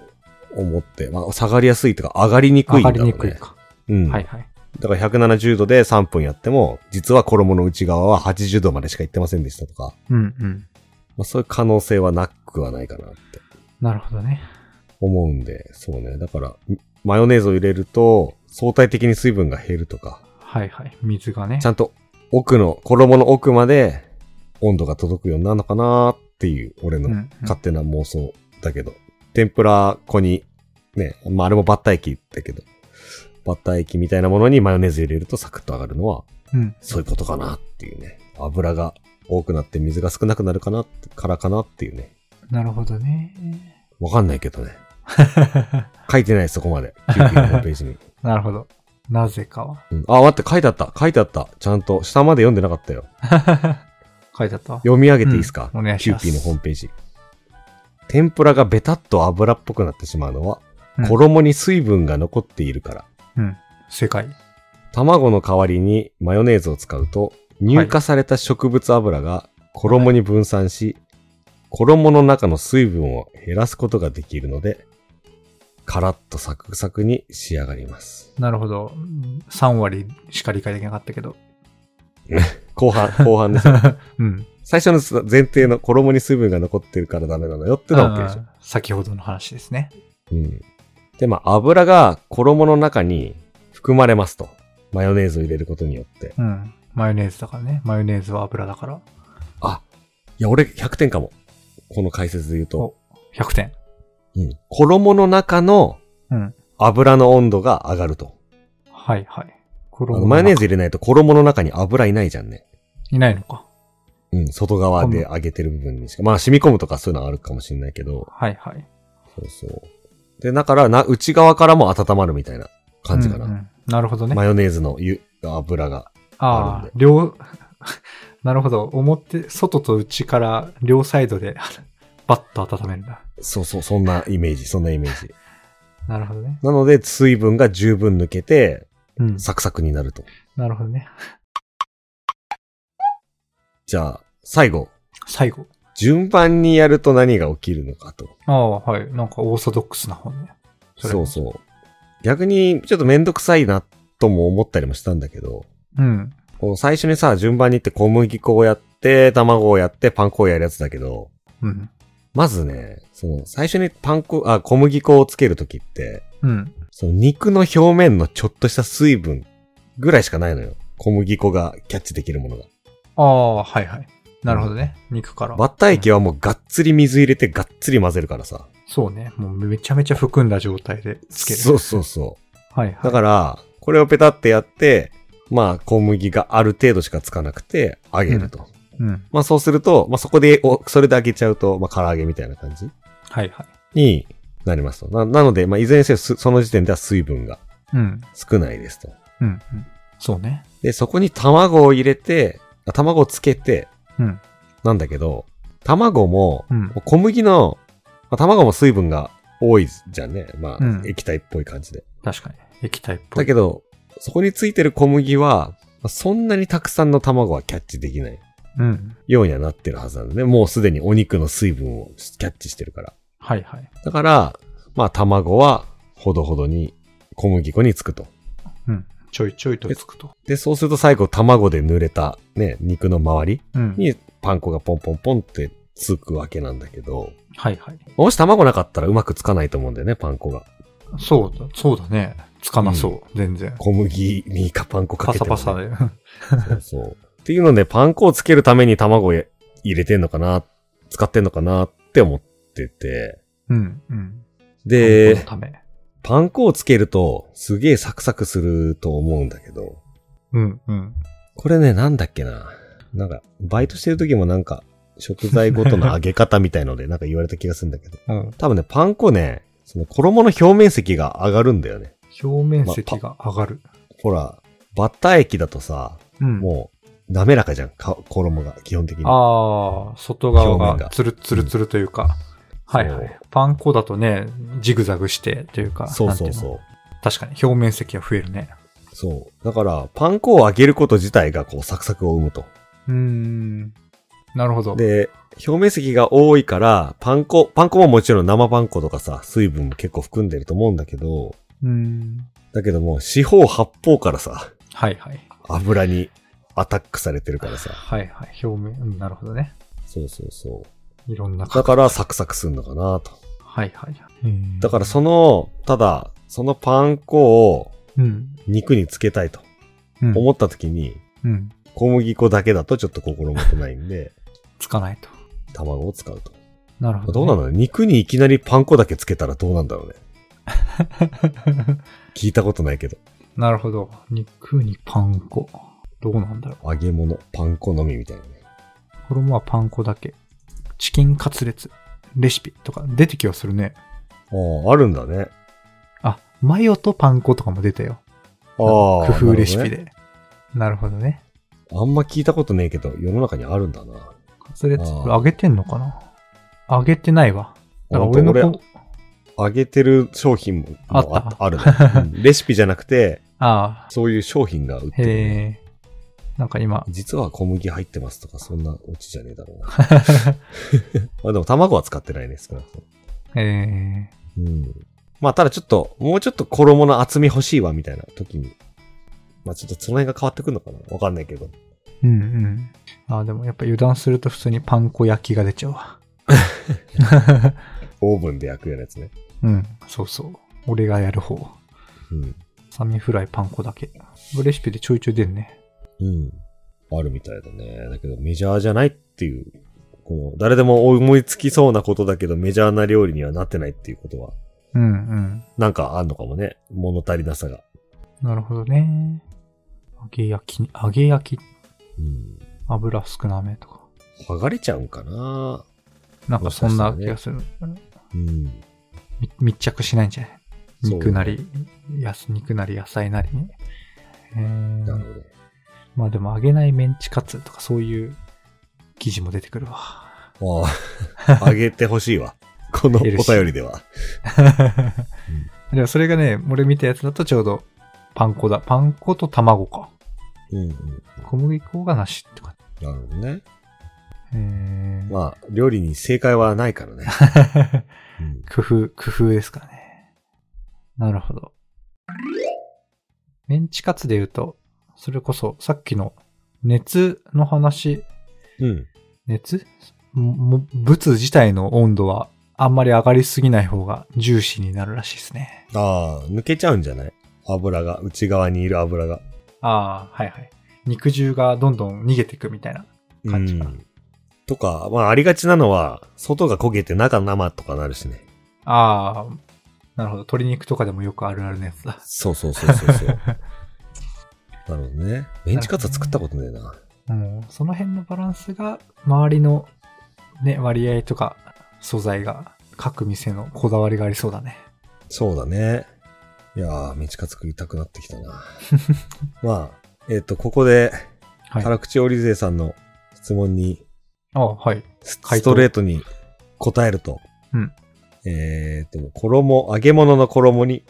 [SPEAKER 1] 思って、まあ下がりやすいとか上がりにくい
[SPEAKER 2] 上
[SPEAKER 1] んだ
[SPEAKER 2] が
[SPEAKER 1] ろうね。
[SPEAKER 2] りにくいか。
[SPEAKER 1] うん。
[SPEAKER 2] はいはい。
[SPEAKER 1] だから170度で3分やっても、実は衣の内側は80度までしかいってませんでしたとか、
[SPEAKER 2] うんうん。
[SPEAKER 1] まあ、そういう可能性はなくはないかなって
[SPEAKER 2] なるほどね。
[SPEAKER 1] 思うんで、そうね。だから、んマヨネーズを入れると、相対的に水分が減るとか、
[SPEAKER 2] はいはい。水がね
[SPEAKER 1] ち。ゃんと奥の、衣の奥まで温度が届くようになるのかなっていう、俺
[SPEAKER 2] うんう
[SPEAKER 1] の
[SPEAKER 2] ん
[SPEAKER 1] 勝手な妄想だけど、天ぷら粉に、ね、まああれもバッタ液だけど、バッタ液みたいなものにマヨネーズ入れるとサクッと上がるのは
[SPEAKER 2] うん。
[SPEAKER 1] そういうことかなっていうね。油が多くなって水が少なくなるかな、からかなっていうね。
[SPEAKER 2] なるほどね。
[SPEAKER 1] わかんないけどね。書いてないそこまで。キューピーのホームページに。
[SPEAKER 2] なるほど。なぜかは。
[SPEAKER 1] うんあ、待って、書いてあった。書いてあった。ちゃんと。下まで読んでなかったよ。
[SPEAKER 2] 書いてあった
[SPEAKER 1] 読み上げていいですか、
[SPEAKER 2] うんお願いします
[SPEAKER 1] キューピーのホームページ。天ぷらがベタっと油っぽくなってしまうのは、
[SPEAKER 2] うん
[SPEAKER 1] 衣に水分が残っているから。
[SPEAKER 2] うん。正解。
[SPEAKER 1] 卵の代わりにマヨネーズを使うと、乳化された植物油が衣に分散し、衣の中の水分を減らすことができるので、カラッとサクサクに仕上がります。
[SPEAKER 2] なるほど。うん3割しか理解できなかったけ ど。
[SPEAKER 1] 後半、後半ですよ。
[SPEAKER 2] うん。
[SPEAKER 1] 最初の前提の衣に水分が残ってるからダメなのよってのは OK でしょ。
[SPEAKER 2] 先ほどの話ですね。
[SPEAKER 1] うん。で、まあ、油が衣の中に含まれますと。マヨネーズを入れることによって。
[SPEAKER 2] うん。マヨネーズだからね。マヨネーズは油だから。
[SPEAKER 1] あ、いや、俺100点かも。この解説で言うと。
[SPEAKER 2] 100点。
[SPEAKER 1] うん、衣の中の
[SPEAKER 2] うん。
[SPEAKER 1] 油の温度が上がると。
[SPEAKER 2] はいは
[SPEAKER 1] あ
[SPEAKER 2] い。衣
[SPEAKER 1] の
[SPEAKER 2] の
[SPEAKER 1] マヨネーズ入れないと衣の中に油いないじゃんね。
[SPEAKER 2] いないのか。
[SPEAKER 1] うん、外側で揚げてる部分にしか。まあ染み込むとかそういうのはあるかもしれないけど。
[SPEAKER 2] はいはい。
[SPEAKER 1] そうそう。で、だからな、内側からも温まるみたいな感じかな。
[SPEAKER 2] うんうんなるほどね。
[SPEAKER 1] マヨネーズのゆ油が。あ
[SPEAKER 2] あ
[SPEAKER 1] る
[SPEAKER 2] あ
[SPEAKER 1] ん、
[SPEAKER 2] 両、 なるほど。表、外と内から両サイドで バッと温めるんだ。
[SPEAKER 1] そうそう、そんなイメージ、そんなイメージ。
[SPEAKER 2] なるほどね。
[SPEAKER 1] なので、水分が十分抜けて、
[SPEAKER 2] うん。
[SPEAKER 1] サクサクになると。
[SPEAKER 2] なるほどね。
[SPEAKER 1] じゃあ、最後。
[SPEAKER 2] 最後。
[SPEAKER 1] 順番にやると何が起きるのかと。
[SPEAKER 2] ああ、はい。なんかオーソドックスな本ね。れ
[SPEAKER 1] そうそう。逆に、ちょっとめんどくさいな、とも思ったりもしたんだけど、
[SPEAKER 2] うん。
[SPEAKER 1] こう最初にさ、順番に行って小麦粉をやって、卵をやって、パン粉をやるやつだけど、
[SPEAKER 2] うん。
[SPEAKER 1] まずね、その、最初にパン粉、あ、小麦粉をつけるときって、
[SPEAKER 2] うん。
[SPEAKER 1] その肉の表面のちょっとした水分ぐらいしかないのよ。小麦粉がキャッチできるものが。
[SPEAKER 2] ああ、はいはい。なるほどね。肉から。
[SPEAKER 1] バッター液はもうがっつり水入れてがっつり混ぜるからさ。
[SPEAKER 2] そうね。もうめちゃめちゃ含んだ状態でつける。
[SPEAKER 1] そうそうそ
[SPEAKER 2] はいは
[SPEAKER 1] う。
[SPEAKER 2] い。
[SPEAKER 1] だから、これをペタってやって、まあ小麦がある程度しかつかなくて揚げると。
[SPEAKER 2] うん。
[SPEAKER 1] まあそうすると、まあそこで、おそれで揚げちゃうと、まあ唐揚げみたいな感じ
[SPEAKER 2] はいはい。
[SPEAKER 1] になりますと。ななので、まあいずれにせよすその時点では水分が
[SPEAKER 2] うん。
[SPEAKER 1] 少ないですと。
[SPEAKER 2] うん。うん。そうね。
[SPEAKER 1] で、そこに卵を入れて、あ卵をつけて、
[SPEAKER 2] うん。
[SPEAKER 1] なんだけど、卵も、
[SPEAKER 2] うん。
[SPEAKER 1] 小麦の、まあ卵も水分が多いじゃんね。まあ、
[SPEAKER 2] うん
[SPEAKER 1] 液体っぽい感じで。
[SPEAKER 2] 確かに。液体っぽい。
[SPEAKER 1] だけど、そこについてる小麦は、まあそんなにたくさんの卵はキャッチできない
[SPEAKER 2] うん。
[SPEAKER 1] ようにはなってるはずなんでね。もうすでにお肉の水分をキャッチしてるから。
[SPEAKER 2] はいはい。
[SPEAKER 1] だから、まあ卵はほどほどに小麦粉につくと。
[SPEAKER 2] ちょいちょいとつくと。
[SPEAKER 1] で、そうすると最後卵で濡れたね、肉の周り
[SPEAKER 2] うん。
[SPEAKER 1] にパン粉がポンポンポンってつくわけなんだけど、
[SPEAKER 2] はいはい。
[SPEAKER 1] もし卵なかったらうまくつかないと思うんだよね、パン粉が。
[SPEAKER 2] そうだ、そうだね。つかなそう。全然。
[SPEAKER 1] 小麦にかパン粉か
[SPEAKER 2] パ
[SPEAKER 1] け
[SPEAKER 2] サ
[SPEAKER 1] てもね、
[SPEAKER 2] パサで。
[SPEAKER 1] そうそう。っていうので、パン粉をつけるために卵を入れてんのかな、使ってんのかなって思ってて。
[SPEAKER 2] うん。うん。この
[SPEAKER 1] で、
[SPEAKER 2] ため。
[SPEAKER 1] パン粉をつけると、すげえサクサクすると思うんだけど、
[SPEAKER 2] うん。うん。
[SPEAKER 1] これね、なんだっけな。なんか、バイトしてる時もなんか、食材ごとの揚げ方みたいので、なんか言われた気がするんだけど。
[SPEAKER 2] うん。
[SPEAKER 1] 多分ね、パン粉ね、その衣の表面積が上がるんだよね。
[SPEAKER 2] 表面積が上がる。
[SPEAKER 1] ほら、バッター液だとさ、
[SPEAKER 2] うん。
[SPEAKER 1] もう、滑らかじゃん、か衣が、基本的に。
[SPEAKER 2] ああ、外側
[SPEAKER 1] 表面
[SPEAKER 2] が
[SPEAKER 1] が
[SPEAKER 2] ツルツルツルというか、はいは
[SPEAKER 1] そ
[SPEAKER 2] い。パン粉だとね、ジグザグしてというか、
[SPEAKER 1] そうそう
[SPEAKER 2] なんていうの
[SPEAKER 1] そう。
[SPEAKER 2] 確かに表面積が増えるね。
[SPEAKER 1] そう。だから、パン粉を揚げること自体が、こう、サクサクを生むと。
[SPEAKER 2] うーん。なるほど。
[SPEAKER 1] で、表面積が多いから、パン粉、パン粉ももちろん生パン粉とかさ、水分も結構含んでると思うんだけど、
[SPEAKER 2] うーん。
[SPEAKER 1] だけども、四方八方からさ、
[SPEAKER 2] はいはい。
[SPEAKER 1] 油にアタックされてるからさ。
[SPEAKER 2] はいはい。表面、うん、なるほどね。
[SPEAKER 1] そうそうそう。
[SPEAKER 2] いろんなか
[SPEAKER 1] だから、サクサクすんのかなと。
[SPEAKER 2] はいはい。
[SPEAKER 1] だから、その、ただ、そのパン粉を
[SPEAKER 2] うん。
[SPEAKER 1] 肉につけたいと
[SPEAKER 2] うん。
[SPEAKER 1] 思った時に、
[SPEAKER 2] うん。
[SPEAKER 1] 小麦粉だけだとちょっと心もとないん で、
[SPEAKER 2] つかないと。
[SPEAKER 1] 卵を使うと。
[SPEAKER 2] なるほど、
[SPEAKER 1] どうなの肉にいきなりパン粉だけつけたらどうなんだろうね。
[SPEAKER 2] の
[SPEAKER 1] 聞いたことないけど。
[SPEAKER 2] なるほど。肉にパン粉。どうなんだろう。
[SPEAKER 1] 揚げ物、パン粉のみみたいなね。
[SPEAKER 2] 衣はパン粉だけ。チキンカツレツ。レシピとか出てきはするね。
[SPEAKER 1] ああ、あるんだね。
[SPEAKER 2] あ、マヨとパン粉とかも出たよ。
[SPEAKER 1] ああ。
[SPEAKER 2] 工夫レシ
[SPEAKER 1] な
[SPEAKER 2] ピ
[SPEAKER 1] る
[SPEAKER 2] で。なるほどね。
[SPEAKER 1] ほどね。あんま聞いたことねえけど、世の中にあるんだな。
[SPEAKER 2] カツレツ、
[SPEAKER 1] あー
[SPEAKER 2] これ揚げてんのかな揚げてないわ。だか
[SPEAKER 1] ほ
[SPEAKER 2] ら
[SPEAKER 1] ん
[SPEAKER 2] 俺
[SPEAKER 1] と
[SPEAKER 2] のこ、
[SPEAKER 1] 揚げてる商品も
[SPEAKER 2] あった
[SPEAKER 1] あ ある、ねうんレシピじゃなくて、
[SPEAKER 2] ああ、
[SPEAKER 1] そういう商品が売ってるね、
[SPEAKER 2] へえ。なんか今、
[SPEAKER 1] 実は小麦入ってますとか、そんなオチじゃねえだろうな。まあでも卵は使ってないね、少なくとも。
[SPEAKER 2] ええ、
[SPEAKER 1] うん。まあ、ただちょっと、もうちょっと衣の厚み欲しいわ、みたいな時に。まあ、ちょっとその辺が変わってくるのかなわかんないけど。
[SPEAKER 2] うんうん。ああ、でもやっぱ油断すると普通にパン粉焼きが出ちゃう わ。
[SPEAKER 1] オーブンで焼くようなやつね。
[SPEAKER 2] うん、そうそう。俺がやる方。
[SPEAKER 1] うん。
[SPEAKER 2] サミフライパン粉だけ。レシピでちょいちょい出るね。
[SPEAKER 1] うん。あるみたいだね。だけど、メジャーじゃないっていう、こう、誰でも思いつきそうなことだけど、メジャーな料理にはなってないっていうことは、
[SPEAKER 2] うんうん。
[SPEAKER 1] なんかあんのかもね。物足りなさが。
[SPEAKER 2] なるほどね。揚げ焼きに、揚げ焼き、
[SPEAKER 1] うん。
[SPEAKER 2] 油少なめとか。
[SPEAKER 1] 剥がれちゃうんかな
[SPEAKER 2] なんかそんな気がする。
[SPEAKER 1] うん。
[SPEAKER 2] み密着しないんじゃない
[SPEAKER 1] そう
[SPEAKER 2] 肉なり、やす肉なり野菜なりに。え
[SPEAKER 1] なる
[SPEAKER 2] ー、
[SPEAKER 1] ほど。
[SPEAKER 2] まあでも揚げないメンチカツとかそういう記事も出てくるわ。
[SPEAKER 1] ああ、あげてほしいわ。このお
[SPEAKER 2] ヘ
[SPEAKER 1] 便
[SPEAKER 2] ルシー
[SPEAKER 1] りでは。
[SPEAKER 2] でもそれがね、俺見たやつだとちょうどパン粉だ。パン粉と卵か。
[SPEAKER 1] うんうん。
[SPEAKER 2] 小麦粉がなしとか。
[SPEAKER 1] なるほどね。
[SPEAKER 2] えー、
[SPEAKER 1] まあ、料理に正解はないからね。うん
[SPEAKER 2] 工夫、工夫ですかね。なるほど。メンチカツで言うと、それこそさっきの熱の話、
[SPEAKER 1] うん。
[SPEAKER 2] 熱もも物自体の温度はあんまり上がりすぎない方がジューシーになるらしいですね。
[SPEAKER 1] ああ、抜けちゃうんじゃない油が、内側にいる油が。
[SPEAKER 2] ああ、はいはい。肉汁がどんどん逃げていくみたいな。感じか
[SPEAKER 1] うんとか、まあありがちなのは、外が焦げて中生とかなるしね。
[SPEAKER 2] ああ、なるほど。鶏肉とかでもよくあるあるのやつだ。
[SPEAKER 1] そうそうそうそうそう。なるほどね。メンチカツは作ったことねえな。
[SPEAKER 2] うん。その辺のバランスが、周りの、ね、割合とか、素材が、各店のこだわりがありそうだね。
[SPEAKER 1] そうだね。いやー、メンチカツ食いたくなってきたな。まあ、えっ、と、ここで、
[SPEAKER 2] はい。
[SPEAKER 1] 辛口オリゼさんの質問に
[SPEAKER 2] あはい。
[SPEAKER 1] ス
[SPEAKER 2] 回答
[SPEAKER 1] ストレートに答えると。
[SPEAKER 2] うん
[SPEAKER 1] えっ、と、衣、揚げ物の衣に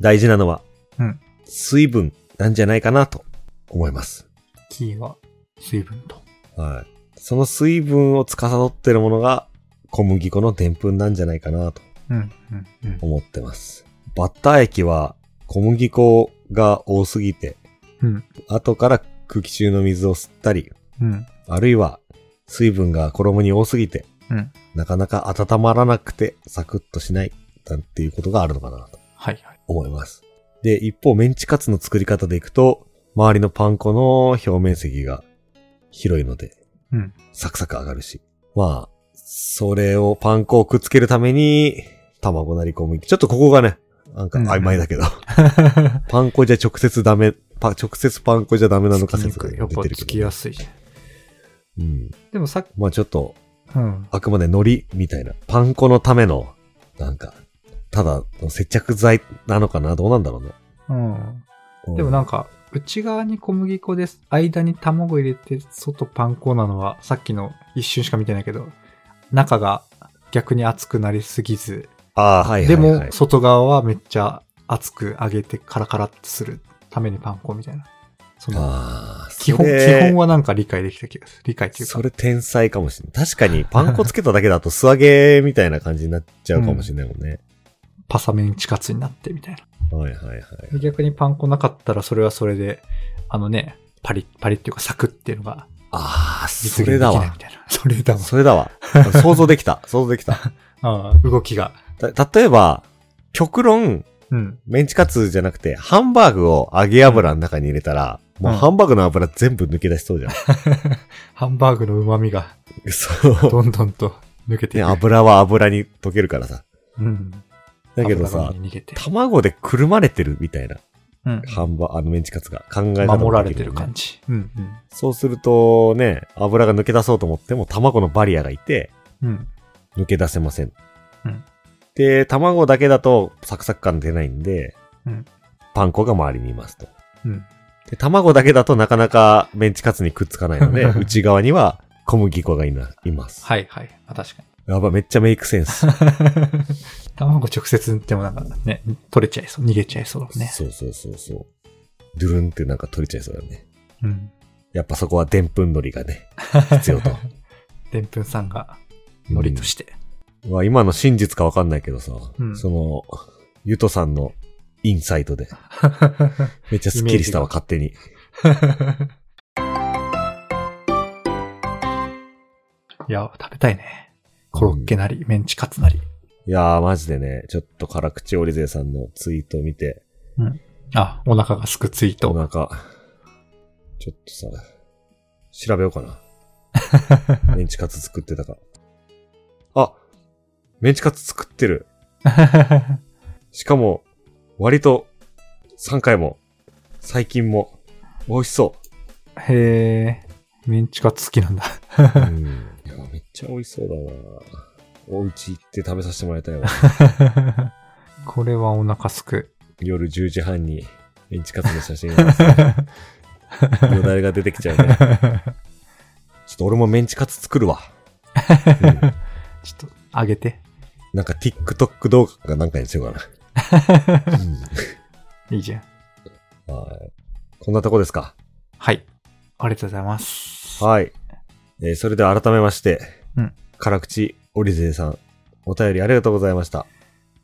[SPEAKER 1] 大事なのは、
[SPEAKER 2] うん
[SPEAKER 1] 水分なんじゃないかなと思います。
[SPEAKER 2] キーは、水分と。
[SPEAKER 1] はい。その水分を司っているものが小麦粉のでんぷんなんじゃないかなと
[SPEAKER 2] うん、うん、うん。
[SPEAKER 1] 思ってます。バッター液は小麦粉が多すぎて、
[SPEAKER 2] うん
[SPEAKER 1] 後から空気中の水を吸ったり、
[SPEAKER 2] うん。
[SPEAKER 1] あるいは水分が衣に多すぎて、
[SPEAKER 2] うん
[SPEAKER 1] なかなか温まらなくてサクッとしないなんていうことがあるのかなと
[SPEAKER 2] はい、はい。
[SPEAKER 1] 思います。で、一方メンチカツの作り方でいくと、周りのパン粉の表面積が広いので、
[SPEAKER 2] うん
[SPEAKER 1] サクサク上がるし。まあ、それをパン粉をくっつけるために、卵なり小麦。ちょっとここがね、なんか曖昧だけど、パン粉じゃ直接ダメ、パ直接パン粉じゃダメなのか説が出て
[SPEAKER 2] や
[SPEAKER 1] る
[SPEAKER 2] っ
[SPEAKER 1] けど
[SPEAKER 2] ぱ
[SPEAKER 1] ね、
[SPEAKER 2] つきやすい。
[SPEAKER 1] うん。
[SPEAKER 2] でもさっき、
[SPEAKER 1] まあちょっと、
[SPEAKER 2] うん。
[SPEAKER 1] あくまで海苔みたいな、パン粉のための、なんか、ただの接着剤なのかなどうなんだろうね。
[SPEAKER 2] うん。
[SPEAKER 1] うん
[SPEAKER 2] でもなんか、内側に小麦粉です。間に卵入れて、外パン粉なのは、さっきの一瞬しか見てないけど、中が逆に熱くなりすぎず、
[SPEAKER 1] ああ、はいはい、
[SPEAKER 2] で
[SPEAKER 1] はい。
[SPEAKER 2] も、外側はめっちゃ熱く揚げてカラカラっとするためにパン粉みたいな。その、
[SPEAKER 1] ああ、
[SPEAKER 2] 基本、
[SPEAKER 1] そ
[SPEAKER 2] 基
[SPEAKER 1] れ
[SPEAKER 2] 本はなんか理解できた気がする。理解っていうか。
[SPEAKER 1] それ天才かもしれない。確かに、パン粉つけただけだと素揚げみたいな感じになっちゃうかもしれないもんね。
[SPEAKER 2] パサメンチカツになってみたいな。
[SPEAKER 1] はいはいはい。
[SPEAKER 2] で逆にパン粉なかったらそれはそれで、あのね、パリッ、パリッっていうかサクっていうのが
[SPEAKER 1] ああ、そ
[SPEAKER 2] 実現
[SPEAKER 1] れ
[SPEAKER 2] できな
[SPEAKER 1] だ
[SPEAKER 2] い
[SPEAKER 1] わ
[SPEAKER 2] み。たいな。それだわ。
[SPEAKER 1] それだわ。想像できた。想像できた。
[SPEAKER 2] ああ、動きが。
[SPEAKER 1] た例えば、極論、
[SPEAKER 2] うん。
[SPEAKER 1] メンチカツじゃなくて、ハンバーグを揚げ油の中に入れたら、もううんハンバーグの油全部抜け出しそうじゃん。
[SPEAKER 2] ハンバーグの旨味が
[SPEAKER 1] そう。
[SPEAKER 2] どんどんと抜けてい
[SPEAKER 1] ね、
[SPEAKER 2] く。
[SPEAKER 1] 油は油に溶けるからさ。
[SPEAKER 2] うん。
[SPEAKER 1] だけど
[SPEAKER 2] 油
[SPEAKER 1] さ
[SPEAKER 2] が、逃げて。
[SPEAKER 1] 卵でくるまれてるみたいな、
[SPEAKER 2] うん。
[SPEAKER 1] ハンバあのメンチカツが考え方もできるよね
[SPEAKER 2] 守られてる感じ。うん
[SPEAKER 1] そうするとね、油が抜け出そうと思っても卵のバリアがいて、
[SPEAKER 2] うん。うん。
[SPEAKER 1] 抜け出せません。
[SPEAKER 2] うん
[SPEAKER 1] で、卵だけだとサクサク感出ないんで、
[SPEAKER 2] うん
[SPEAKER 1] パン粉が周りにいますと。
[SPEAKER 2] うん。
[SPEAKER 1] で、卵だけだとなかなかメンチカツにくっつかないの で、内側には小麦粉がいないます。
[SPEAKER 2] はいはい。あ、確か
[SPEAKER 1] やば、めっちゃメイクセンス。
[SPEAKER 2] に。 卵直接塗ってもなんかね、取れちゃいそう。逃げちゃいそうだね。
[SPEAKER 1] そうそうそうそう。ドゥルンってなんか取れちゃいそうだよね。
[SPEAKER 2] うん。
[SPEAKER 1] やっぱそこはでんぷん海苔が ね、必要と。
[SPEAKER 2] でんぷんさんが海苔として。
[SPEAKER 1] まあ今の真実かわかんないけどさ、
[SPEAKER 2] うん
[SPEAKER 1] その、ゆとさんのインサイトで、めっちゃスッキリしたわ、
[SPEAKER 2] イメージが
[SPEAKER 1] 勝手に。
[SPEAKER 2] いや、食べたいね。コロッケなり、メンチカツなり。
[SPEAKER 1] いやー、マジでね、ちょっと辛口オリゼさんのツイートを見て、
[SPEAKER 2] あ、お腹がすくツイー
[SPEAKER 1] お
[SPEAKER 2] ト。
[SPEAKER 1] 腹、ちょっとさ、調べようか な。メンチカツ作ってたか。あメンチカツ作ってる。しかも、割と、3回も、最近も、美味しそう。
[SPEAKER 2] へえ、メンチカツ好きなんだ。
[SPEAKER 1] うんいや、めっちゃ美味しそうだなお家行って食べさせてもらいたいわ。
[SPEAKER 2] これはお腹すく。
[SPEAKER 1] 夜10時半に、メンチカツの写真 が、よだれが出てきちゃうね。ちょっと俺もメンチカツ作るわ。うん
[SPEAKER 2] ちょっと、あげて。
[SPEAKER 1] なんか TikTok 動画かなんかにしようかな。
[SPEAKER 2] いいじゃん。
[SPEAKER 1] うんはいこんなとこですか。
[SPEAKER 2] はい。ありがとうございます。
[SPEAKER 1] はい。えーそれでは改めまして、
[SPEAKER 2] うん
[SPEAKER 1] 辛口オリゼさん、お便りありがとうございました。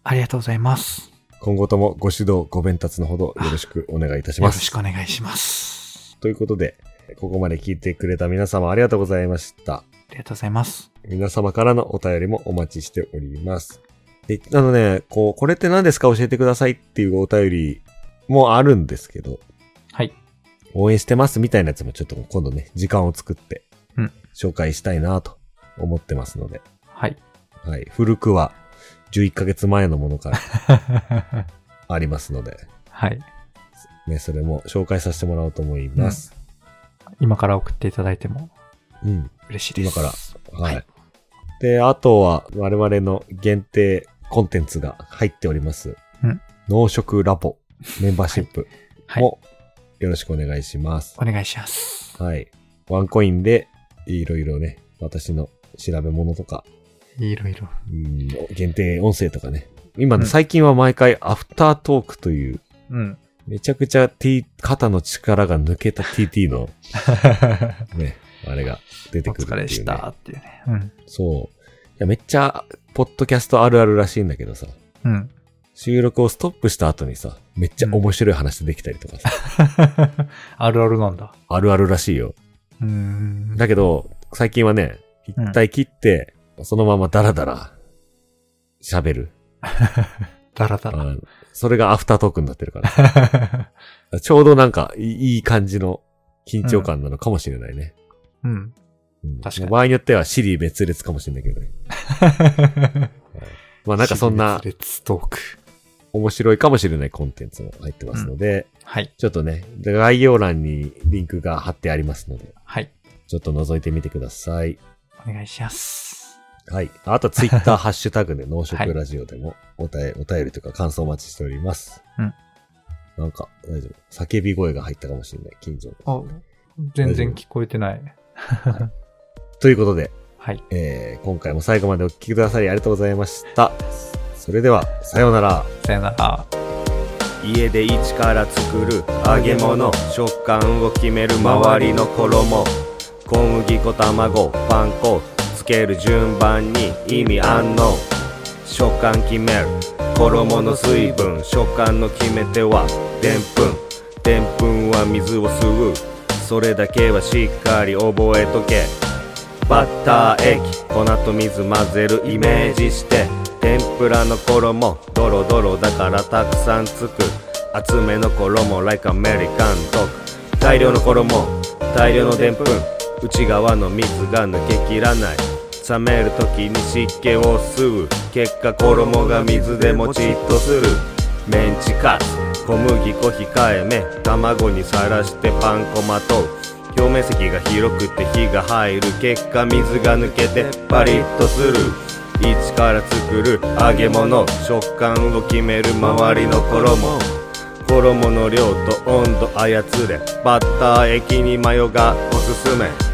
[SPEAKER 2] ありがとうございます。
[SPEAKER 1] 今後ともご指導、ご鞭達のほどよろしくお願いいたし
[SPEAKER 2] よろ
[SPEAKER 1] ま
[SPEAKER 2] し
[SPEAKER 1] す
[SPEAKER 2] く。お願いします。
[SPEAKER 1] ということで、ここまで聞いてくれた皆様ありがとうございました。
[SPEAKER 2] ありがとうございます。
[SPEAKER 1] 皆様からのお便りもお待ちしております。で、あのね、こう、これって何ですか教えてくださいっていうお便りもあるんですけど、
[SPEAKER 2] はい。
[SPEAKER 1] 応援してますみたいなやつもちょっと今度ね、時間を作って
[SPEAKER 2] うん、
[SPEAKER 1] 紹介したいなと思ってますので。
[SPEAKER 2] はい。
[SPEAKER 1] はい。古くは11ヶ月前のものからありますので、
[SPEAKER 2] はい。
[SPEAKER 1] ね、それも紹介させてもらおうと思います。
[SPEAKER 2] 今から送っていただいても
[SPEAKER 1] うん
[SPEAKER 2] 嬉しいです。
[SPEAKER 1] 今からはい。
[SPEAKER 2] はい
[SPEAKER 1] で、あとは我々の限定コンテンツが入っております。
[SPEAKER 2] うん
[SPEAKER 1] 農食ラボメンバーシップ
[SPEAKER 2] はい。
[SPEAKER 1] もよろしくお願いします。
[SPEAKER 2] お願いします。
[SPEAKER 1] はい。ワンコインでいろいろね、私の調べ物とか、
[SPEAKER 2] いろいろ。
[SPEAKER 1] うん限定音声とかね。今ね、
[SPEAKER 2] うん
[SPEAKER 1] 最近は毎回アフタートークという、
[SPEAKER 2] うん。
[SPEAKER 1] めちゃくちゃ T、肩の力が抜けた TT のね、あれが出て
[SPEAKER 2] お
[SPEAKER 1] くるっていう、ね。
[SPEAKER 2] 疲れしたっていうね。うん。
[SPEAKER 1] そう。いや、めっちゃ、ポッドキャストあるあるらしいんだけどさ、
[SPEAKER 2] うん。
[SPEAKER 1] 収録をストップした後にさ、めっちゃ面白い話できたりとかさ、
[SPEAKER 2] あるあるなんだ。
[SPEAKER 1] あるあるらしいよ。
[SPEAKER 2] うーん。
[SPEAKER 1] だけど、最近はね、一体切って、そのままダラダラ、喋る。
[SPEAKER 2] だらだ
[SPEAKER 1] あ
[SPEAKER 2] ら。
[SPEAKER 1] のそれがアフタートークになってるから。ちょうどなんか、いいいい感じの緊張感なのかもしれないね。
[SPEAKER 2] うん。
[SPEAKER 1] うん
[SPEAKER 2] 確かに
[SPEAKER 1] 場合によっては、シリ別列かもしれないけどね。まあなんかそん な
[SPEAKER 2] レッツトーク。
[SPEAKER 1] 面白いかもしれないコンテンツも入ってますので、
[SPEAKER 2] はい。
[SPEAKER 1] ちょっとね、で概要欄にリンクが貼ってありますので、
[SPEAKER 2] はい。
[SPEAKER 1] ちょっと覗いてみてください。
[SPEAKER 2] お願いします。
[SPEAKER 1] はい。あと、ツイ ッター、ハッシュタグで、農食ラジオでも、おたえ、お便りというか感想お待ちしております。
[SPEAKER 2] うん。
[SPEAKER 1] なんか、大丈夫。叫び声が入ったかもしれない、近所
[SPEAKER 2] あ
[SPEAKER 1] の。、
[SPEAKER 2] 全然聞こえてない。
[SPEAKER 1] ということで、
[SPEAKER 2] はい。
[SPEAKER 1] えー、今回も最後までお聞きくださりありがとうございました。それでは、さようなら。
[SPEAKER 2] さよなら。
[SPEAKER 3] 家で一から作る揚げ物食感を決める周りの衣小麦粉卵パン粉つける順番に意味あんの食感決める衣の水分食感の決め手はでんぷんでんぷんは水を吸うそれだけはしっかり覚えとけバッター液粉と水混ぜるイメージして天ぷらの衣ドロドロだからたくさんつく厚めの衣 like American dog 大量の衣大量のでんぷん内側の水が抜けきらない冷める時に湿気を吸う結果衣が水でもちっとするメンチカツ小麦粉控えめ卵にさらしてパン粉まとう表面積が広くて火が入る結果水が抜けてパリッとする一から作る揚げ物食感を決める周りの衣衣の量と温度操れバッター液にマヨがおすすめ